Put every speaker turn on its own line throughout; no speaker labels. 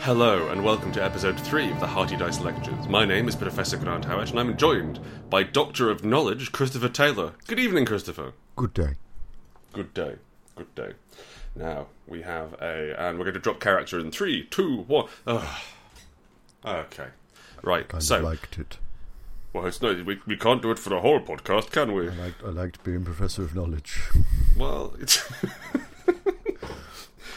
Hello, and welcome to episode 3 of the Hearty Dice Lectures. My name is Professor Grant Howard, and I'm joined by Doctor of Knowledge, Christopher Taylor. Good evening, Christopher.
Good day.
Good day. Good day. Now, we have a. And we're going to drop character in three, two, one. Ugh. Okay. Right,
Kind
so.
of liked it.
well, it's no, we, we can't do it for a whole podcast, can we?
I liked, I liked being professor of knowledge.
Well, it's.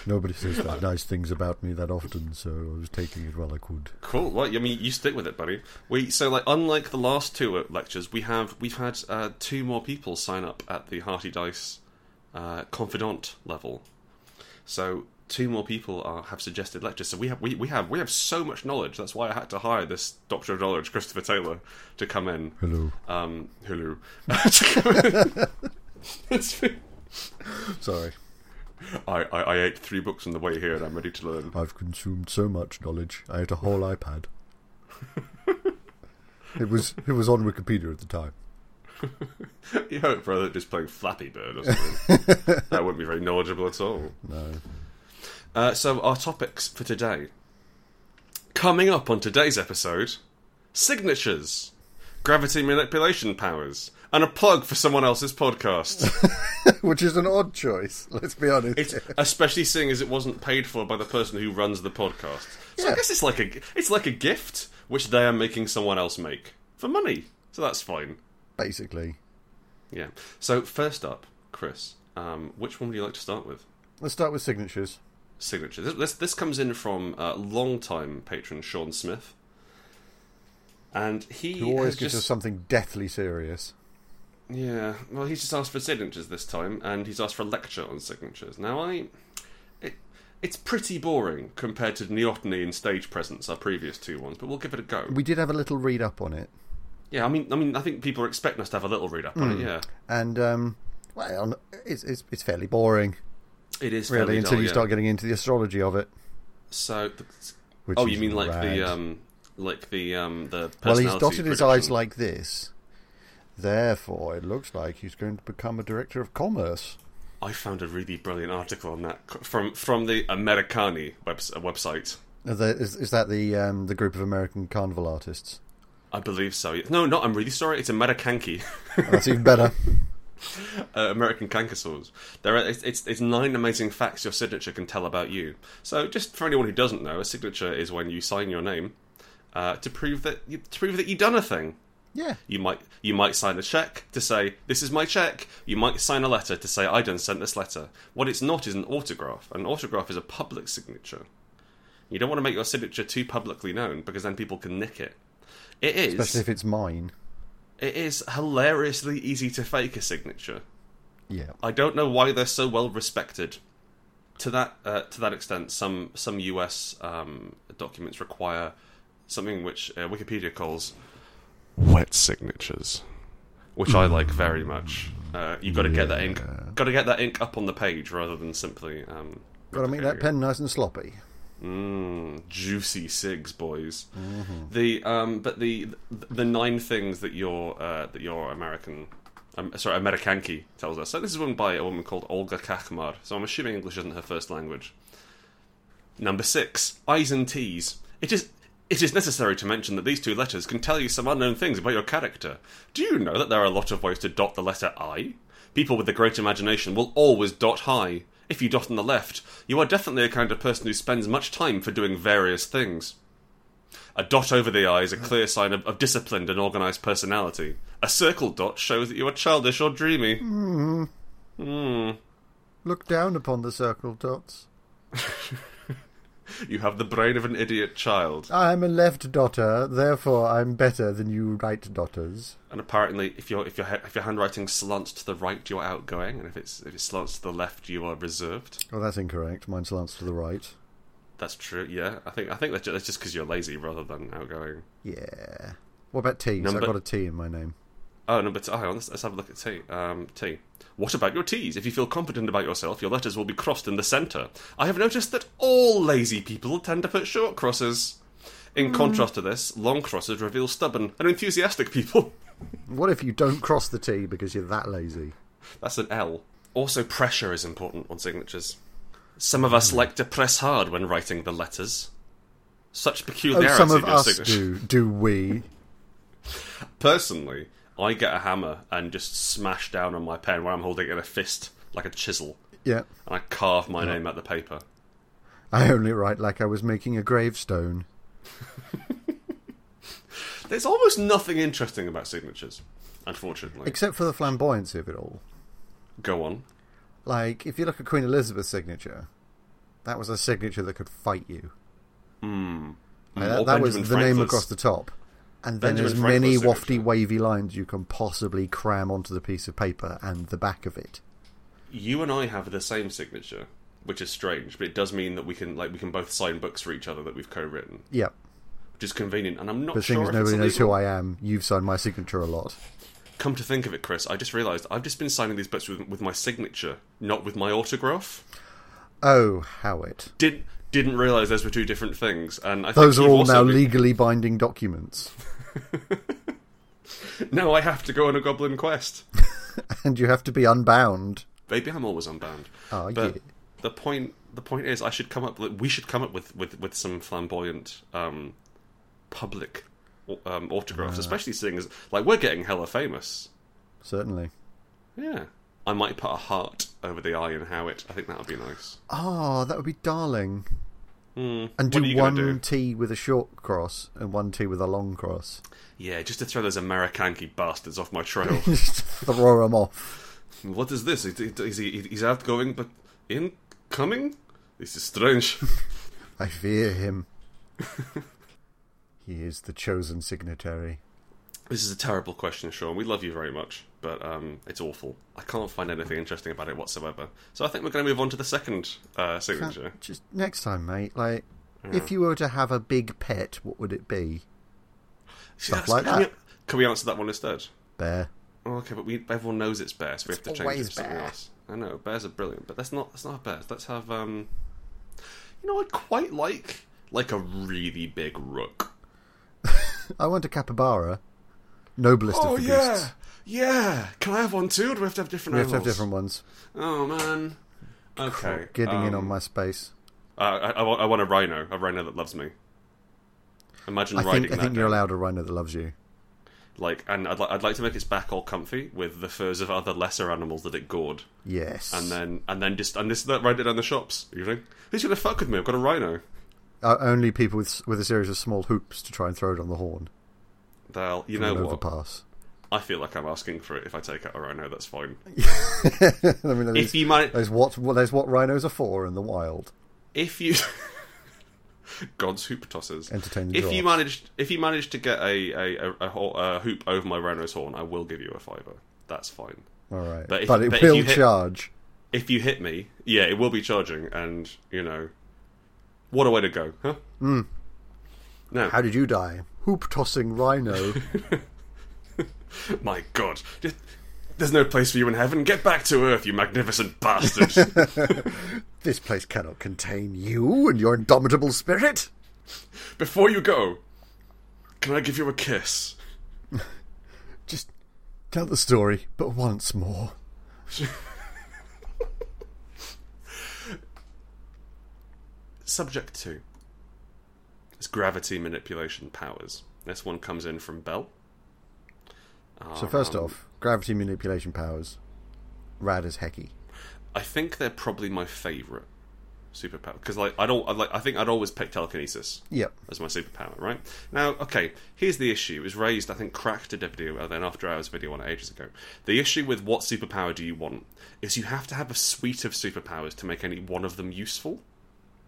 Nobody says that nice things about me that often, so I was taking it while I could.
Cool. Well, I mean, you stick with it, buddy. We so like unlike the last two uh, lectures, we have we've had uh, two more people sign up at the Hearty Dice uh, confidant level. So two more people are, have suggested lectures. So we have we, we have we have so much knowledge. That's why I had to hire this Doctor of Knowledge, Christopher Taylor, to come in.
Hello.
Um, Hulu. to come in. It's been-
Sorry.
I, I I ate three books on the way here, and I'm ready to learn.
I've consumed so much knowledge. I had a whole iPad. it was it was on Wikipedia at the time.
You hope for that just playing Flappy Bird or something. that wouldn't be very knowledgeable at all.
No.
Uh, so our topics for today. Coming up on today's episode, signatures, gravity manipulation powers, and a plug for someone else's podcast.
Which is an odd choice, let's be honest.
It's, especially seeing as it wasn't paid for by the person who runs the podcast. So I
Yeah.
guess it's like a it's like a gift which they are making someone else make for money. So that's fine.
Basically.
Yeah. So first up, Chris, um, which one would you like to start with?
Let's start with signatures.
signature. This this, this comes in from uh, long-time patron Sean Smith, and he
Who always
has
gives us
just
something deathly serious.
yeah. Well, he's just asked for signatures this time, and he's asked for a lecture on signatures. Now, I it, it's pretty boring compared to neoteny and stage presence, our previous two ones, but we'll give it a go.
We did have a little read up on it.
yeah, I mean, I mean, I think people are expecting us to have a little read up
Hmm.
on it. Yeah,
And um well it's it's, it's fairly boring.
it is
really
fairly
until
dull,
you
yeah.
start getting into the astrology of it.
So, the,
Which
oh, you
is
mean like
rad.
the um, like the um, the
well, he's
personality
dotted his eyes
prediction.
like this. Therefore, it looks like he's going to become a director of commerce.
I found a really brilliant article on that c- from from the Americani webs- uh, website.
Are there- Is, is that the um, the group of American carnival artists?
I believe so. No, not. I'm really sorry. It's Americanki,
That's even better.
uh, American Kankasaurs. There are. It's, it's it's nine amazing facts your signature can tell about you. So, just for anyone who doesn't know, a signature is when you sign your name uh, to prove that you, to prove that you've done a thing.
Yeah,
You might you might sign a check to say this is my check. You might sign a letter to say I done sent this letter. What it's not is an autograph. An autograph is a public signature. You don't want to make your signature too publicly known because then people can nick it. It is
especially if it's mine.
it is hilariously easy to fake a signature.
Yeah,
I don't know why they're so well respected. To that uh, to that extent, some some US um, documents require something which uh, Wikipedia calls wet signatures, which I like very much. Uh, you've got to get that ink, got to get that ink up on the page rather than simply. Um,
got to make that pen nice and sloppy.
Mm, juicy cigs, boys. The um, but the the nine things that your uh, that your American, um, sorry, Americanki tells us. So this is one by a woman called Olga Kachmar. So I'm assuming English isn't her first language. Number six, I's and T's. It is. It is necessary to mention that these two letters can tell you some unknown things about your character. Do you know that there are a lot of ways to dot the letter I? People with a great imagination will always dot high. If you dot on the left, you are definitely a kind of person who spends much time for doing various things. A dot over the eye is a clear sign of, of disciplined and organised personality. A circle dot shows that you are childish or dreamy.
Look down upon the circle dots.
You have the brain of an idiot child.
I'm a left dotter, therefore I'm better than you right dotters.
And apparently, if your if your ha- if your handwriting slants to the right, you're outgoing, and if it's if it slants to the left, you are reserved.
Oh, that's incorrect. Mine slants to the right.
That's true. Yeah, I think I think that's ju- that's just because you're lazy rather than outgoing.
Yeah. What about T? So
Number-
I've got a T in my name.
Oh, number two. hang on, let's, let's have a look at T. Um, T. What about your T's? If you feel confident about yourself, your letters will be crossed in the centre. I have noticed that all lazy people tend to put short crosses. In contrast to this, long crosses reveal stubborn and enthusiastic people.
What if you don't cross the T because you're that lazy?
That's an L. Also, pressure
Hmm.
is important on signatures. Some of us like to press hard when writing the letters. such
Oh,
peculiarity
some of
in your
us
signature.
do. Do we?
Personally, I get a hammer and just smash down on my pen where I'm holding it in a fist like a chisel,
Yeah.
and I carve my name out the paper.
I only write like I was making a gravestone.
There's almost nothing interesting about signatures, unfortunately.
Except for the flamboyancy of it all.
Go on.
Like, if you look at Queen Elizabeth's signature, that was a signature that could fight you. Like, that
Or
that was the
Hmm. Benjamin
name
Franklin's.
across the top. And then
Benjamin
as many
Franklin's
wafty,
signature.
wavy lines you can possibly cram onto the piece of paper and the back of it.
You and I have the same signature, which is strange, but it does mean that we can like we can both sign books for each other that we've co-written,
Yep.
which is convenient. And I'm not
But
sure.
seeing as
if
nobody
it's
knows who
illegal.
I am, you've signed my signature a lot.
Come to think of it, Chris, I just realised I've just been signing these books with, with my signature, not with my autograph.
Oh, Howitt.
Didn't didn't realise those were two different things. And I think
Those are
you've
all
also
now
been-
legally binding documents.
Now I have to go on a goblin quest.
and you have to be unbound.
Maybe I'm always unbound.
Oh,
but
yeah.
the point the point is, I should come up. We should come up with with, with some flamboyant um, public um,
Uh.
autographs, especially seeing as like we're getting hella famous.
Certainly.
Yeah, I might put a heart over the eye and how it. I think that would be nice.
Ah, that would be darling.
Hmm,
And
what
do
are you
one
gonna do?
T with a short cross and one T with a long cross.
Yeah, just to throw those Americanki bastards off my trail.
Just throw them off.
what is this? Is, is he, he's outgoing but incoming? This is strange.
I fear him. he is the chosen signatory.
This is a terrible question, Sean. We love you very much, but um, it's awful. I can't find anything interesting about it whatsoever. So I think we're going to move on to the second uh,
Can't-
signature.
Just next time, mate. Like, if you were to have a big pet, what would it be?
See,
stuff
that's-
like
can,
that.
We, can we answer that one instead?
Bear.
Oh, okay, but we, everyone knows it's bear, so we
It's
have to change it
always
to something
bear.
else. I know bears are brilliant, but that's not that's not bears. Let's have um, you know, I quite like like a really big rook.
I want a capybara. Noblest
Oh,
of the beasts.
yeah. Can I have one too? Or do we have to have different?
We have to have
animals?
different
Oh
ones.
man. Okay.
Getting in
um,
on my space.
Uh, I, I, want, I want a rhino, a rhino that loves me. Imagine
I
riding
think I
that
think you're
down.
allowed a rhino that loves you.
like, and I'd, li- I'd like to make its back all comfy with the furs of other lesser animals that it gored,
Yes.
and then and then just and just ride it down the shops. You know, who's gonna fuck with me? I've got a rhino.
Uh, only people with s- with a series of small hoops to try and throw it on the horn.
They'll, you
An
know what?
overpass.
I feel like I'm asking for it. If I take out a rhino, that's fine.
I mean, there's,
If you might,
there's what well, there's what rhinos are for in the wild.
if you, God's hoop tosses.
Entertain the
If you
dwarfs.
managed, if you managed to get a a, a, a, ho- a hoop over my rhino's horn, I will give you a fiver. That's fine.
All right,
But
but,
if-
it
but if
will
you hit-
charge.
if you hit me, yeah, it will be charging, and you know, what a way to go, huh? Mm. No,
How did you die? Hoop tossing rhino.
my God, Just- there's no place for you in heaven. Get back to earth, you magnificent bastard.
this place cannot contain you and your indomitable spirit.
Before you go, can I give you a kiss?
Just tell the story, but once more.
Subject two is gravity manipulation powers. This one comes in from Bell. Ah.
So first off, gravity manipulation powers, rad as hecky.
I think they're probably my favourite superpower because, like, I don't I, like. I think I'd always pick telekinesis.
Yep.
as my superpower, right? Now, okay, here's the issue. It was raised, I think, cracked did a video, and uh, then after hours video on it ages ago. The issue with what superpower do you want is you have to have a suite of superpowers to make any one of them useful.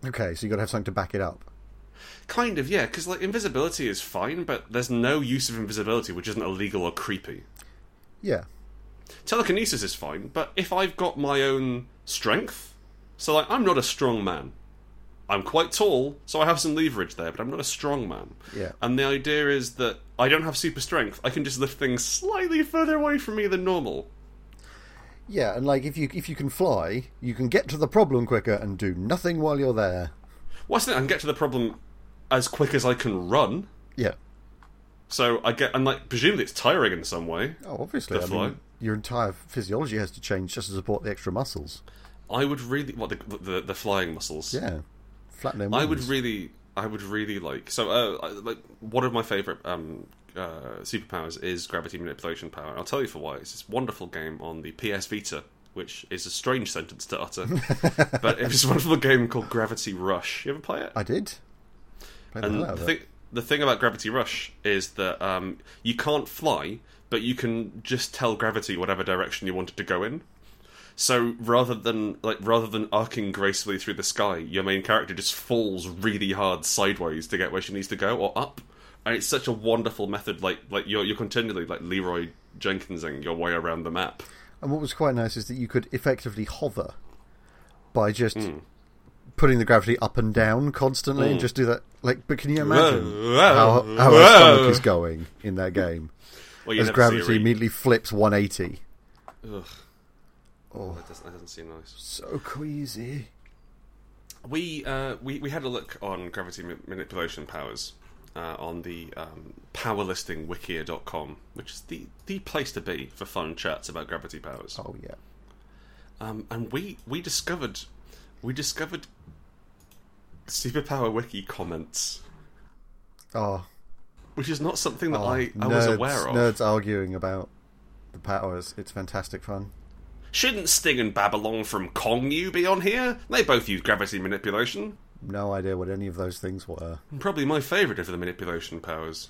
Okay, so you got to have something to back it up.
Kind of, yeah, because like invisibility is fine, but there's no use of invisibility which isn't illegal or creepy.
Yeah.
Telekinesis is fine, but if I've got my own strength, so like I'm not a strong man. I'm quite tall, so I have some leverage there, but I'm not a strong man.
Yeah.
And the idea is that I don't have super strength. I can just lift things slightly further away from me than normal.
Yeah, and like if you if you can fly, you can get to the problem quicker and do nothing while you're there.
What's the I can get to the problem as quick as I can run.
Yeah.
So I get and like presumably it's tiring in some way.
Oh, obviously.
To
I
fly.
mean, your entire physiology has to change just to support the extra muscles.
I would really what the the, the flying muscles.
Yeah. Flatten them.
I would
wings.
really I would really like. So, uh, I- like one of my favorite um, uh, superpowers is gravity manipulation power. And I'll tell you for why. It's this wonderful game on the PS Vita, which is a strange sentence to utter, but it was a wonderful game called Gravity Rush. You ever play it?
I did. Played
And
the hell
Mm, the
out of
thing,
it.
the thing about Gravity Rush is that um, you can't fly, but you can just tell gravity whatever direction you want it to go in. So rather than like rather than arcing gracefully through the sky, your main character just falls really hard sideways to get where she needs to go or up. And it's such a wonderful method. Like like you're you're continually like Leroy Jenkinsing your way around the map.
And what was quite nice is that you could effectively hover by just
Hmm.
putting the gravity up and down constantly and just do that. Like, but can you imagine
whoa,
how, how
whoa.
her stomach is going in that game
Well, you
as
never see
gravity
a re-
immediately flips 180?
Ugh.
Oh.
That doesn't, that doesn't seem nice.
So queasy.
we uh, we we had a look on gravity ma- manipulation powers uh, on the um, powerlistingwikia.com, which is the the place to be for fun chats about gravity powers.
Oh yeah.
Um, and we we discovered we discovered superpower wiki comments,
Oh,
which is not something that
oh,
I, I
nerds,
was aware of.
Nerds arguing about the powers. It's fantastic fun.
Shouldn't Sting and Babylon from Kong you be on here? They both use gravity manipulation.
No idea what any of those things were.
Probably my favourite of the manipulation powers.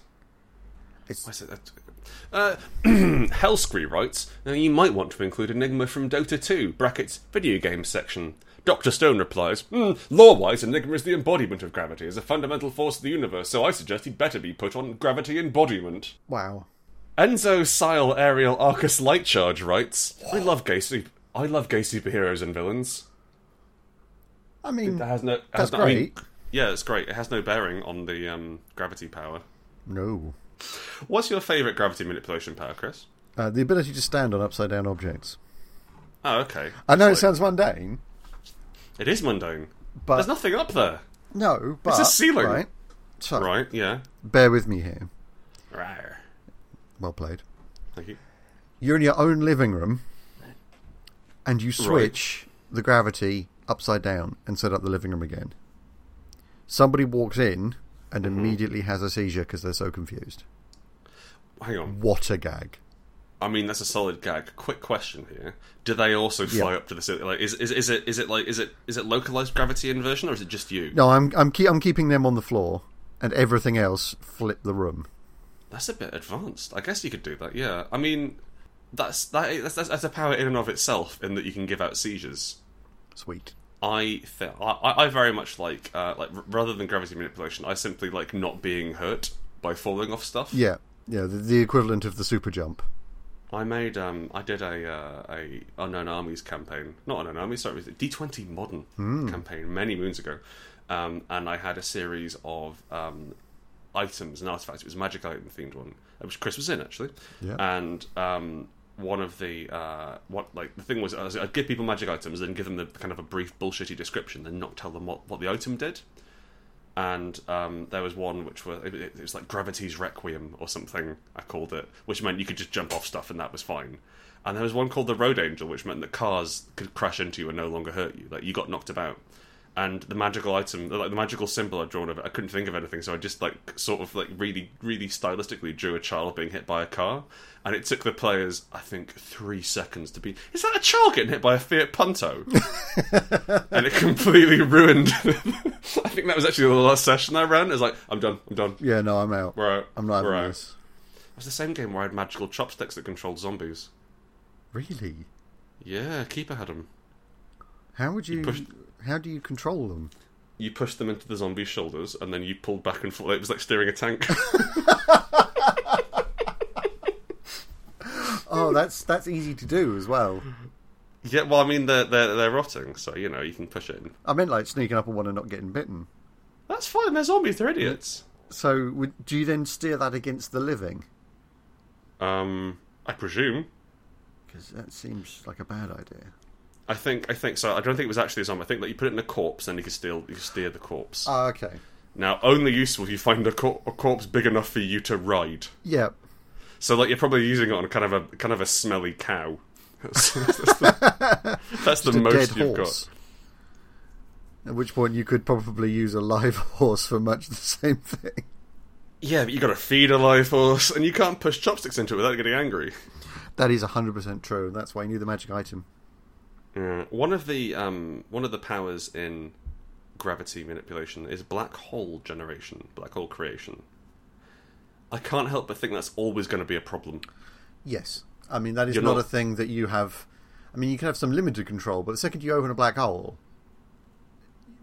It's
Why is it that? Uh, Hellscree writes, now you might want to include Enigma from Dota 2, brackets, video game section. Dr. Stone replies, hmm, law-wise, Enigma is the embodiment of gravity, as a fundamental force of the universe, so I suggest he'd better be put on gravity embodiment.
wow.
Enzo Sile Ariel Arcus Lightcharge writes, I love gay super- I love gay superheroes and villains.
I mean,
That has no...
That's
has no- I mean,
great.
yeah, it's great. It has no bearing on the um, gravity power.
no.
What's your favourite gravity manipulation power, Chris?
Uh, the ability to stand on upside down objects.
Oh, okay.
I know it
It's like-
sounds mundane,
It is mundane.
but
There's nothing up there.
no, but
a ceiling.
Right. So
Right, yeah.
bear with me here.
Rawr.
Well played.
Thank you.
You're in your own living room, and you switch the gravity upside down and set up the living room again. Somebody walks in and
Mm-hmm.
immediately has a seizure because they're so confused.
Hang on.
What a gag!
I mean, that's a solid gag. Quick question here: Do they also fly up to the ceiling? Like, is, is is it is it like is it is it localized gravity inversion or is it just you?
No, I'm I'm keep, I'm keeping them on the floor, and everything else flip the room.
That's a bit advanced. I guess you could do that. Yeah. I mean, that's that that's, that's, that's a power in and of itself in that you can give out seizures.
Sweet.
I th- I I very much like uh, like r- rather than gravity manipulation, I simply like not being hurt by falling off stuff.
Yeah, yeah, the, the equivalent of the super jump.
I made um I did a uh, a unknown armies campaign, not unknown armies, sorry, D twenty modern
Hmm.
campaign many moons ago, um, and I had a series of um, items and artifacts. It was a magic item themed one, uh, which Chris was in actually,
Yeah.
and um. One of the uh, what like the thing was, I was- I'd give people magic items and give them the kind of a brief bullshitty description, then not tell them what, what the item did and um, there was one which was it, it was like gravity's requiem or something I called it, which meant you could just jump off stuff and that was fine. And there was one called the Road Angel, which meant that cars could crash into you and no longer hurt you. Like you got knocked about. And the magical item, like the magical symbol I'd drawn of it, I couldn't think of anything, so I just like sort of like really, really stylistically drew a child being hit by a car, and it took the players, I think, three seconds to be. Is that a child getting hit by a Fiat Punto? and it completely ruined. I think that was actually the last session I ran. It was like, I'm done, I'm done.
Yeah, no, I'm out.
We're out.
I'm not
We're
having
out.
this.
It was the same game where I had magical chopsticks that controlled zombies.
Really?
Yeah, Keeper had them.
How would you?
pushed-
How do you control them?
You pushed them into the zombie's shoulders, and then you pulled back and forth. It was like steering a tank.
Oh, that's that's easy to do as well.
yeah, well, I mean, they're, they're they're rotting, so you know you can push it. in.
I meant like sneaking up on one and not getting bitten.
That's fine. They're zombies. They're idiots.
So would, do you then steer that against the living?
Um, I presume.
Because that seems like a bad idea.
I think I think so. I don't think it was actually a zombie. I think that you put it in a corpse, and you could steal you could steer the corpse.
Ah, okay.
now, only useful if you find a, cor- a corpse big enough for you to ride.
Yeah.
So like you're probably using it on kind of a kind of a smelly cow. that's the, that's the
Just a
most
dead
you've
horse. At which point you could probably use a live horse for much the same thing.
Yeah, but you got to feed a live horse, and you can't push chopsticks into it without getting angry.
That is 100% true, and that's why you need the magic item.
Yeah. One of the um, one of the powers in gravity manipulation is black hole generation, black hole creation. I can't help but think that's always going to be a problem.
Yes. I mean, that is
You're
not,
not-
a thing that you have. I mean, you can have some limited control, but the second you open a black hole,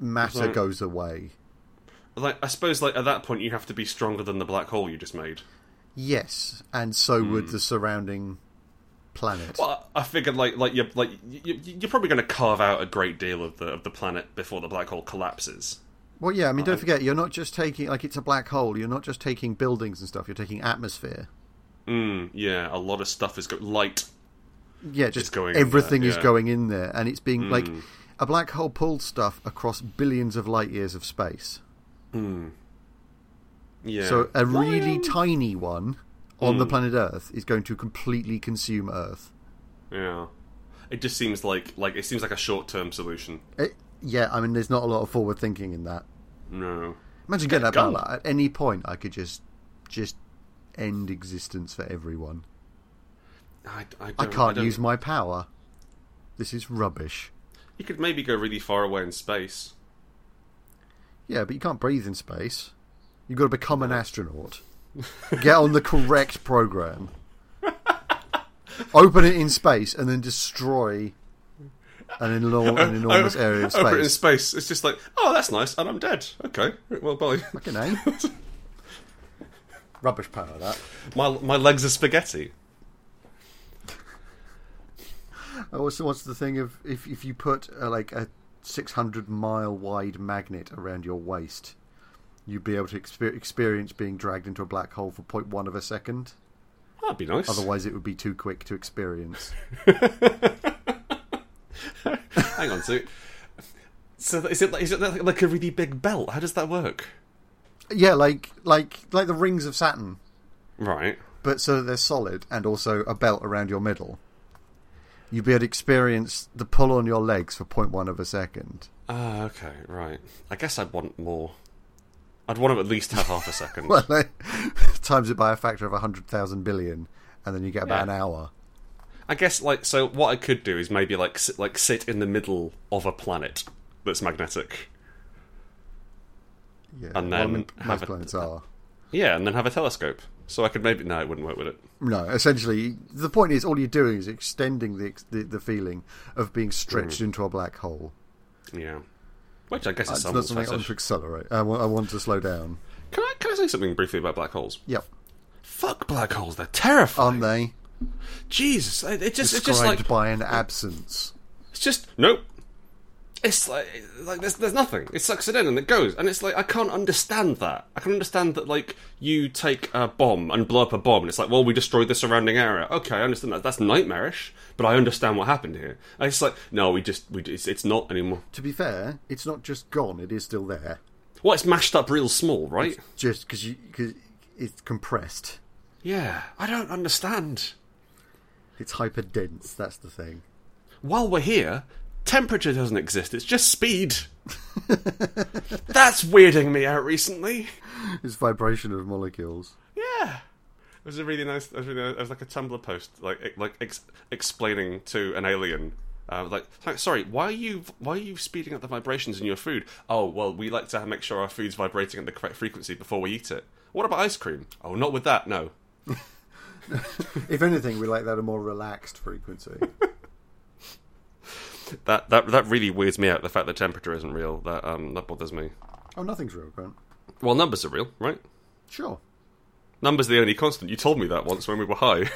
matter
So-
goes away.
Like, I suppose, like at that point, you have to be stronger than the black hole you just made.
Yes, and so would the surrounding planet.
Well, I I figured, like, like you're like you, you- you're probably going to carve out a great deal of the of the planet before the black hole collapses.
Well, yeah, I mean, don't forget, you're not just taking, like, it's a black hole. You're not just taking buildings and stuff, you're taking atmosphere.
Mm, yeah, a lot of stuff is go- light.
Yeah, just
going in
everything
there,
is
yeah. Mm.
going in there, and it's being, like, a black hole pulled stuff across billions of light years of space.
Yeah. Mm.
So a really tiny one on the planet Earth is going to completely consume Earth.
yeah. It just seems like like it seems like a short term solution.
It, Eh, yeah, I mean, there's not a lot of forward thinking in that.
No.
Imagine getting that
gun.
power. At any point, I could just just end existence for everyone.
I, I,
I
don't-
can't
don't- e-
use my power. This is rubbish.
You could maybe go really far away in space.
Yeah, but you can't breathe in space. You've got to become an astronaut. Get on the correct program. Open it in space and then destroy an, enor- an enormous area of
Oh, Over it in
space.
space, it's just like, oh, that's nice, and I'm dead. Okay, well, bye.
Fucking eh? Rubbish power, that.
my my legs are spaghetti.
I also what's the thing of if if you put uh, like a 600 mile wide magnet around your waist, you'd be able to exper- experience being dragged into a black hole for 0.1 of a second.
That'd be nice.
Otherwise, it would be too quick to experience.
Hang on, so so is it like, is it like like a really big belt? How does that work?
yeah, like like like the rings of Saturn,
Right.
but so that they're solid and also a belt around your middle. You'd be able to experience the pull on your legs for 0.1 of a second.
Ah, okay, right. I guess I'd want more. I'd want to at least have half a second.
Well, like, times it by a factor of 100,000 billion, and then you get about
Yeah.
an hour.
I guess like so. What I could do is maybe like sit, like sit in the middle of a planet that's magnetic.
Yeah,
And
well, I
then
mean,
have
most
a-
planets are.
Yeah, and then have a telescope. So I could maybe no, it wouldn't work with it.
No, essentially, the point is all you're doing is extending the ex- the, the feeling of being stretched
Mm.
into a black hole.
Yeah. Which I guess is
That's Uh, not
someone's
something I want
fetish.
to accelerate. I want, I want to slow down.
Can I can I say something briefly about black holes?
Yep,
Fuck black holes, they're terrifying.
aren't they Oh.
Jesus, it it just it's
described
just like
by an absence?
it's just nope. It's like like there's there's nothing. It sucks it in and it goes, and it's like I can't understand that. I can understand that like you take a bomb and blow up a bomb, and it's like well we destroyed the surrounding area. Okay, I understand that. That's nightmarish, but I understand what happened here. And it's like no, we just we it's, it's not anymore.
To be fair, it's not just gone; it is still there.
Well, it's mashed up real small, right?
Just because you cause it's compressed,
Yeah, I don't understand.
it's hyper dense. That's the thing.
while we're here, temperature doesn't exist, it's just speed. That's weirding me out recently.
It's vibration of molecules.
Yeah. It was a really nice. It was, really, it was like a Tumblr post, like like ex, explaining to an alien, uh, like, sorry, why are you why are you speeding up the vibrations in your food? Oh well, we like to make sure our food's vibrating at the correct frequency before we eat it. What about ice cream? Oh, not with that, no.
If anything, we like that a more relaxed frequency.
That that that really weirds me out. The fact that temperature isn't real, that um that bothers me.
oh, nothing's real, Grant.
Well, numbers are real, right?
Sure.
Number's the only constant. You told me that once when we were high.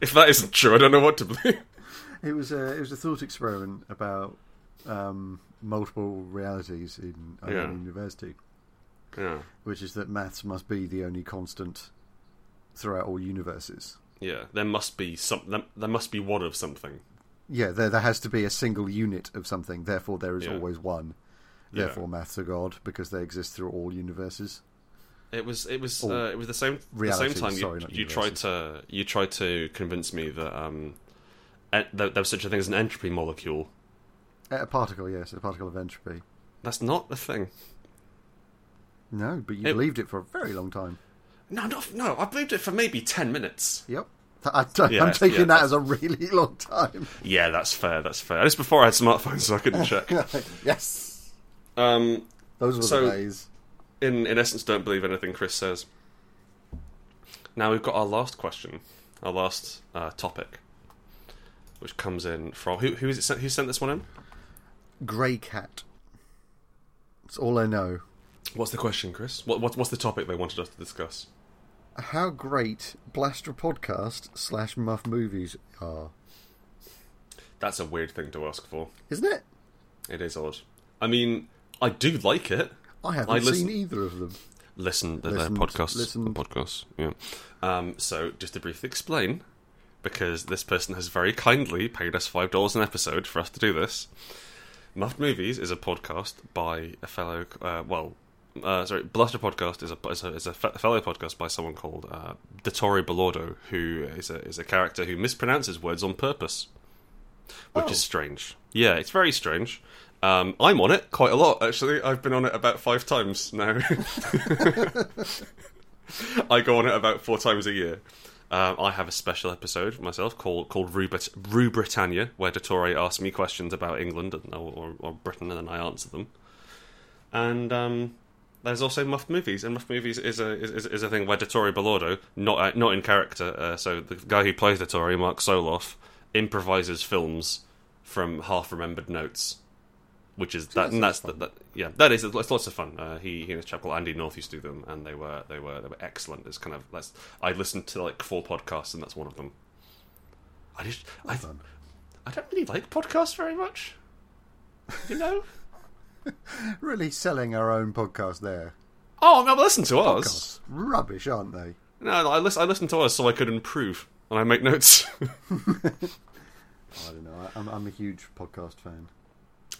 if that isn't true, I don't know what to believe.
It was a it was a thought experiment about um, multiple realities in Ireland
Yeah.
University,
Yeah.
which is that maths must be the only constant throughout all universes.
Yeah. There must be some. There, there must be one of something.
Yeah, there there has to be a single unit of something. Therefore, there is
Yeah.
always one. Therefore, maths are God because they exist through all universes.
It was. It was.
Or
Uh, it was the same. the
Oh, reality,
same time
sorry,
you,
not
you tried to. You tried to convince me that um, en- that there was such a thing as an entropy molecule.
A particle, yes, a particle of entropy.
That's not the thing.
No, but you
It-
believed it for a very long time.
No, not, no, I believed it for maybe 10 minutes.
Yep. I don't,
Yeah,
I'm taking
yeah.
that as a really long time.
Yeah, that's fair, that's fair. This before I had smartphones, so I couldn't check.
yes.
Um,
Those were
So-
the days.
in, in essence, don't believe anything Chris says. Now we've got our last question, our last uh, topic, which comes in from. Who, who, is it sent, who sent this one in?
Grey Cat. That's all I know.
What's the question, Chris? What, what, what's the topic they wanted us to discuss?
How great Blaster Podcast slash Muff Movies are.
That's a weird thing to ask for.
Isn't it?
It is odd. I mean, I do like it.
I haven't
I listen-
seen either of them.
Listen, they're, they're
Listened-
podcasts.
listened.
They're podcasts. Yeah. Um, so, just to briefly explain, because this person has very kindly paid us five dollars an episode for us to do this. Muffed Movies is a podcast by a fellow. Uh, well, uh, sorry, Bluster Podcast is a is a, is a fe- fellow podcast by someone called uh, Dottore Belordo, who is a is a character who mispronounces words on purpose, which
Oh.
is strange. Yeah, it's very strange. Um, I'm on it quite a lot actually. I've been on it about five times now. I go on it about four times a year. Um, I have a special episode myself called called Rue, Brit- Rue Britannia, where Dottore asks me questions about England and, or, or, or Britain, and then I answer them. And um, there's also Muffed Movies, and Muffed Movies is a is, is- is a thing where Dottore Belordo, not uh, not in character, uh, so the guy who plays Dottore, Mark Soloff, improvises films from half remembered notes, which is that and that's the, that yeah that is it's lots of fun. Uh, he, he and his chap called Andy North used to do them, and they were they were they were excellent. It's kind of that's I listened to like four podcasts, and that's one of them. I just I
done.
I don't really like podcasts very much, you know.
Really selling our own podcast there.
Oh, now listen to ours.
Podcasts. Rubbish, aren't they?
No, no, I listen. I listen to us so I could improve, and I make notes.
I don't know. I, I'm, I'm a huge podcast fan.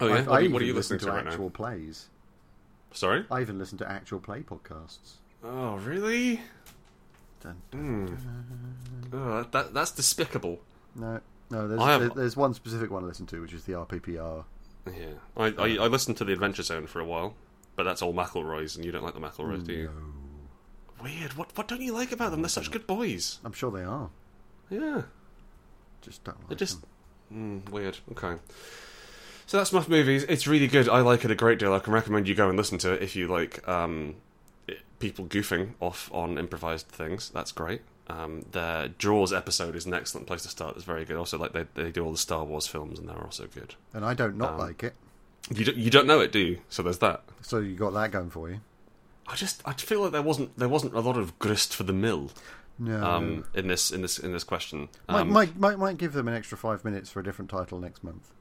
oh yeah,
I,
what,
I
are you- what
even
are you
listen
listening to, right
actual
now?
plays.
Sorry.
I even listen to actual play podcasts.
Oh really?
Dun,
Oh, that, that that's despicable.
No, no. There's,
I have-
there- there's one specific one I listen to, which is the RPPR.
Yeah, I, I I listened to the Adventure Zone for a while, but that's all McElroys, and you don't like the McElroys, do you? Weird. What what don't you like about them? They're such good boys.
I'm sure they are.
Yeah,
Just don't
they're
like
just
them.
mm, weird. Okay. So that's Muff Movies. It's really good. I like it a great deal. I can recommend you go and listen to it if you like um, it- people goofing off on improvised things. That's great. Um, their Jaws episode is an excellent place to start. It's very good. Also, like they, they do all the Star Wars films, and they're also good.
And I don't not
um,
like it.
You don't, you don't know it, do you? So there's that.
So you got that going for you.
I just I feel like there wasn't there wasn't a lot of grist for the mill
No.
um, in this in this in this question.
might,
Um,
might, might, might give them an extra five minutes for a different title next month.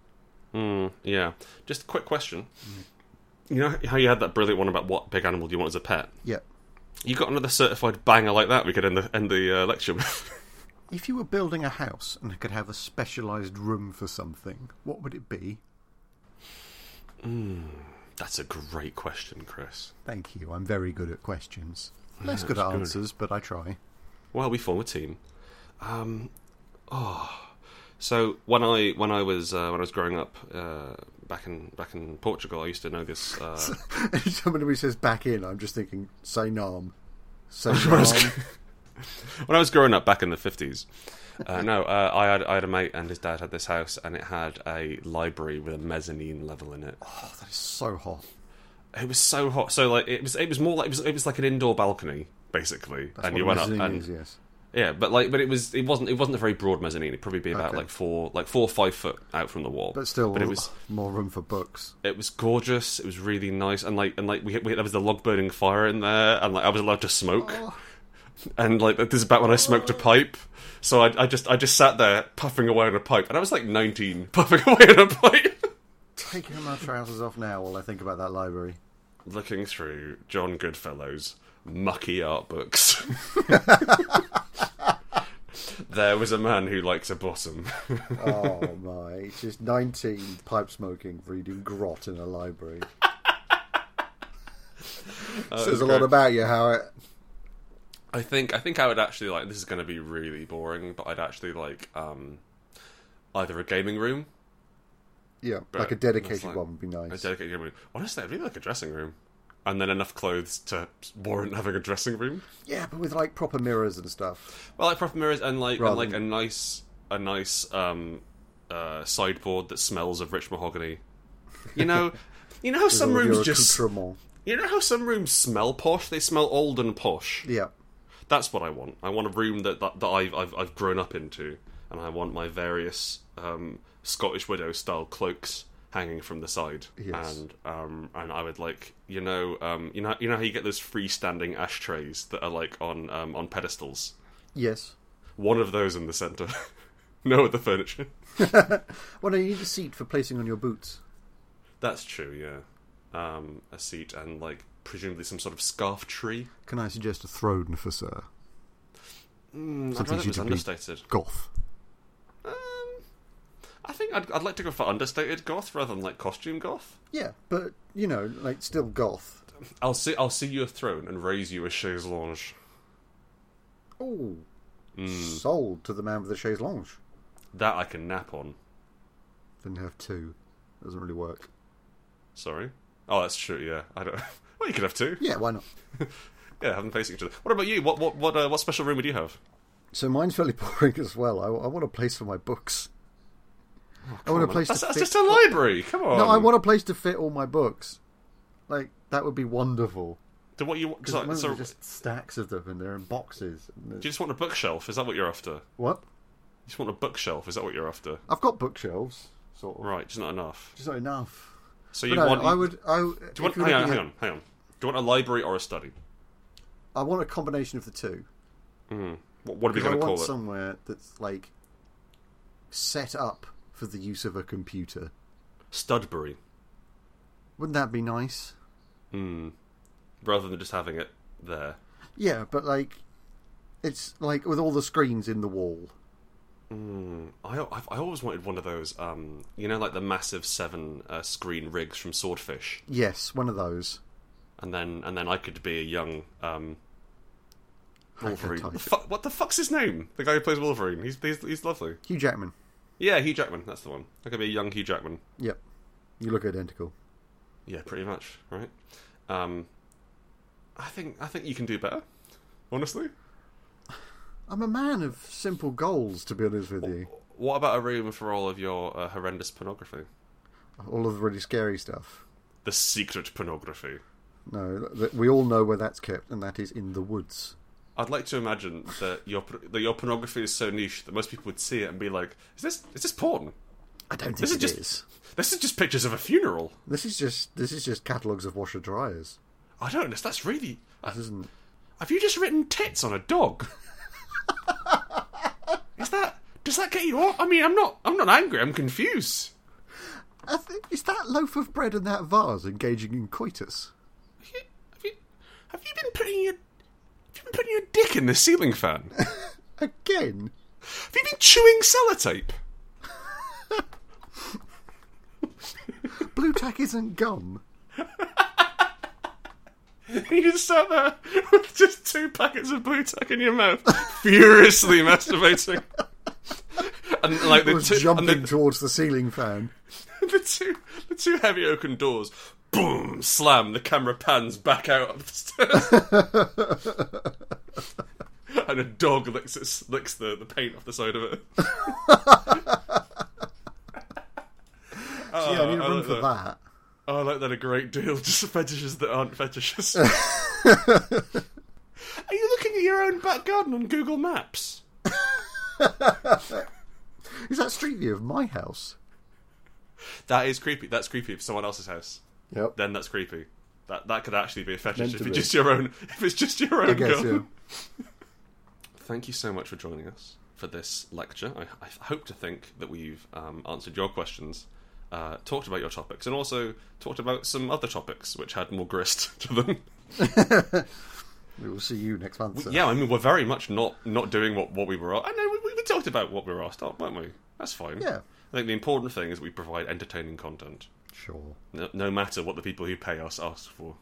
Mm, yeah. Just a quick question. You know how you had that brilliant one about what big animal do you want as a pet?
Yeah.
You got another certified banger like that we could end the end the uh, lecture with.
If you were building a house and could have a specialised room for something, what would it be?
That's a great question, Chris.
Thank you. I'm very good at questions. Less good at answers, but I try.
Well, we form a team. Um, oh, so when I when I was uh, when I was growing up uh, back in back in Portugal, I used to know this. Uh,
Somebody says back in, I'm just thinking, say nom. Say nom.
when I was growing up back in the fifties. Uh, no, uh, I had I had a mate and his dad had this house and it had a library with a mezzanine level in it.
Oh, that is so hot.
It was so hot. So like it was it was more like it was it was like an indoor balcony basically,
That's
and
what
you went up
mezzanine
and
is, yes.
yeah, but like but it was it wasn't it wasn't a very broad mezzanine. It'd probably be about
Okay.
like four like four or five foot out from the wall.
But still,
but it was
more room for books.
it was gorgeous. It was really nice, and like and like we, we there was the log burning fire in there, and like I was allowed to smoke,
Oh.
and like this is about when I smoked a pipe. So I, I just I just sat there puffing away on a pipe, and I was like 19 puffing away on a pipe,
Taking my trousers off now while I think about that library.
looking through John Goodfellow's mucky art books. there was a man who likes a bottom.
Oh my! It's just nineteen pipe smoking, reading grot in a library. Says a lot
Uh, okay.
about you how it.
I think I think I would actually like this is going to be really boring, but I'd actually like um, either a gaming room
Yeah,
But
like a dedicated
it's like-
one would be
A
nice.
dedicated game room. Honestly, I'd really like a dressing room, and then enough clothes to warrant having a dressing room.
yeah, but with like proper mirrors and stuff.
Well, like proper mirrors and like and
Rather
like a
than-
nice a nice um, uh, sideboard that smells of rich mahogany. You know, you know how some
All of
rooms
your
just
accoutrements.
you know how some rooms smell posh. They smell old and posh.
Yeah,
That's what I want. I want a room that that, that I've, I've I've grown up into, and I want my various um, Scottish widow style cloaks hanging from the side.
Yes.
And um and I would like you know um you know you know how you get those freestanding ashtrays that are like on um, on pedestals.
yes.
One of those in the center. no other furniture.
Well, no, you need a seat for placing on your boots.
That's true. Yeah. Um, a seat and like presumably some sort of scarf tree.
Can I suggest a throne for Sir
Mm, I'd
Something
rather it
you
was
could be-
understated.
Goth?
Um, I think I'd, I'd like to go for understated goth rather than like costume goth.
Yeah, but you know, like still Goth.
I'll see. I'll see you a throne and raise you a chaise longue.
Oh,
Hmm.
sold to the man with the chaise longue.
That I can nap on.
Didn't have two. Doesn't really work.
Sorry. Oh, that's true. Yeah, I don't. Well, you could have two.
Yeah, why not?
Yeah, have them facing each other. What about you? What what what uh, what special room would you have?
So mine's fairly boring as well. I, I want a place for my books. I want a
Come on.
place
That's,
to
that's
fit.
just a library. Come on.
No, I want a place to fit all my books. Like that would be wonderful.
Do what you
Because at
so,
the moment
so,
there's just stacks of them, and they're in boxes. and
Do you
there's-
just want a bookshelf? Is that what you're after? You
What?
just want a bookshelf? Is that what you're after?
I've got bookshelves, sort of.
Right, just not enough.
Just not enough.
So
But
you
no,
want?
I would. I, w-
do you want
if you're
hang on,
looking
hang
at-
on, hang on. Do you want a library or a study?
I want a combination of the two.
What, what are we
Because I
going to
want
call it?
somewhere that's like set up for the use of a computer.
Studbury,
Wouldn't that be nice?
rather than just having it there.
Yeah, but like, it's like with all the screens in the wall.
Hmm. I I've, I always wanted one of those. Um, you know, like the massive seven uh, screen rigs from Swordfish,
Yes, one of those.
and then and then I could be a young um. Wolverine.
type.
The fu- what the fuck's his name? The guy who plays Wolverine. He's he's, he's lovely.
Hugh Jackman.
Yeah, Hugh Jackman. That's the one. I could be a young Hugh Jackman.
Yep. You look identical.
Yeah, pretty much, right? Um, I think I think you can do better. Honestly,
I'm a man of simple goals, to be honest with you.
what about a room for all of your uh, horrendous pornography?
All of the really scary stuff.
The secret pornography.
No, th- we all know where that's kept, and that is in the woods.
I'd like to imagine that your por- that your pornography is so niche that most people would see it and be like, "Is this is this porn?
I don't think
This
it
is
is.
just- This is just pictures of a funeral."
This is just this is just catalogs of washer dryers.
I don't. know, That's really. uh,
This isn't.
Have you just written tits on a dog? is that does that get you? Off? I mean, I'm not. I'm not angry. I'm confused.
I think, is that loaf of bread and that vase engaging in coitus?
Have you, have you, have you been putting your have you been putting your dick in the ceiling fan? have
Again,
you been chewing sellotape?
blue tack isn't gum.
You just sat there with just two packets of blue tack in your mouth, furiously masturbating. And like
It
the
was
two, and
jumping
the,
towards the ceiling fan.
the two, the two heavy oaken doors, boom, slam. The camera pans back out up the stairs, and a dog licks its, licks the, the paint off the side of it.
yeah, I need
Uh, I
a room
like
for
that.
that.
Oh, I like that a great deal. Just fetishes that aren't fetishes. Are you looking at your own back garden on Google Maps?
Is that street view of my house?
That is creepy. That's creepy for someone else's house.
Yep.
Then that's creepy. That that could actually be a fetish
Meant
if
to
it's
be.
just your own. If it's just your own
I guess yeah.
garden. Thank you so much for joining us for this lecture. I, I hope to think that we've um, answered your questions, uh, talked about your topics, and also talked about some other topics which had more grist to them.
We will see you next month. sir.
Yeah, I mean, we're very much not not doing what, what we were. I know we, we talked about what we were asked, weren't we? That's fine.
Yeah.
I think the important thing is we provide entertaining content,
Sure.
no, no matter what the people who pay us ask for.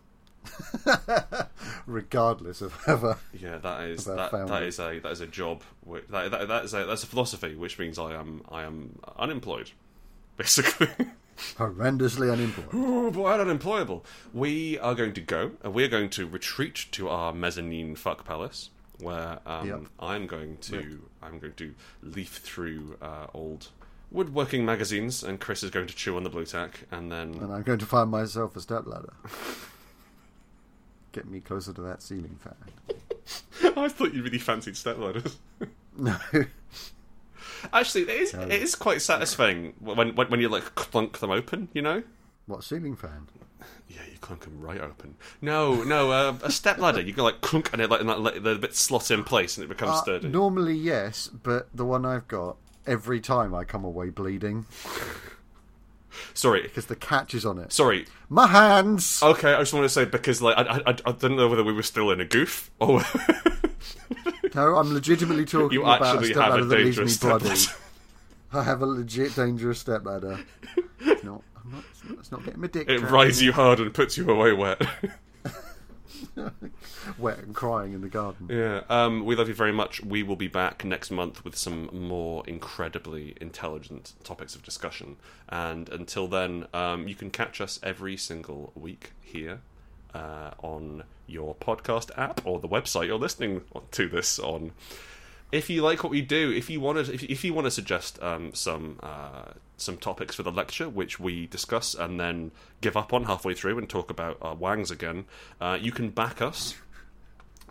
Regardless of ever.
Yeah, that is
Of our
that, that
founders.
is a that is a job. Which, that, that, that is a that's a philosophy, which means I am I am unemployed, basically.
horrendously unemployed.
Ooh, but we're unemployable. We are going to go, and we are going to retreat to our mezzanine fuck palace, where um,
Yep.
I'm going to I'm going to leaf through uh, old woodworking magazines, and Chris is going to chew on the blue tack, and then
And I'm going to find myself a step ladder. Get me closer to that ceiling fan.
I thought you really fancied stepladders.
No.
Actually, it is, it is quite satisfying when, when when you like clunk them open, you know.
What ceiling fan?
Yeah, you clunk them right open. No, no, uh, a step ladder. You go like clunk, and it like and that let the bit slot in place, and it becomes
Uh,
sturdy.
normally, yes, but the one I've got, every time I come away bleeding
Sorry,
because the catch is on it.
sorry.
My hands!
Okay, I just want to say because like I I, I I didn't know whether we were still in a goof or
No, I'm legitimately talking
you
about a
actually
step
have
ladder
a
that leaves me
dangerous step
bloody.
ladder.
I have a legit dangerous step ladder. It's not, I'm not, it's not getting my dick
It
trapped.
rides you hard and puts you away wet.
wet and crying in the garden.
yeah. Um. We love you very much. We will be back next month with some more incredibly intelligent topics of discussion. And until then, um, you can catch us every single week here. Uh, on your podcast app or the website you're listening to this on. if you like what we do, if you want to, if, if you want to suggest um, some uh, some topics for the lecture, which we discuss and then give up on halfway through and talk about uh, wangs again, uh, you can back us.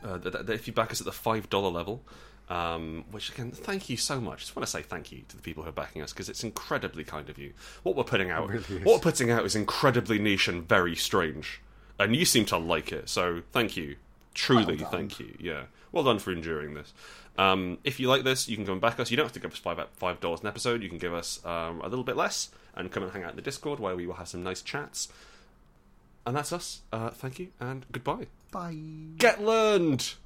Uh, th- th- if you back us at the five dollar level, um, which again, thank you so much. Just want to say thank you to the people who are backing us because it's incredibly kind of you. What we're putting out,
really is.
what we're putting out is incredibly niche and very strange, and you seem to like it. So thank you, truly, thank you. Yeah, well done for enduring this. Um, if you like this, you can come and back us. You don't have to give us five five dollars an episode. You can give us um, a little bit less and come and hang out in the Discord where we will have some nice chats. And that's us. Uh, thank you and goodbye.
Bye.
Get learned.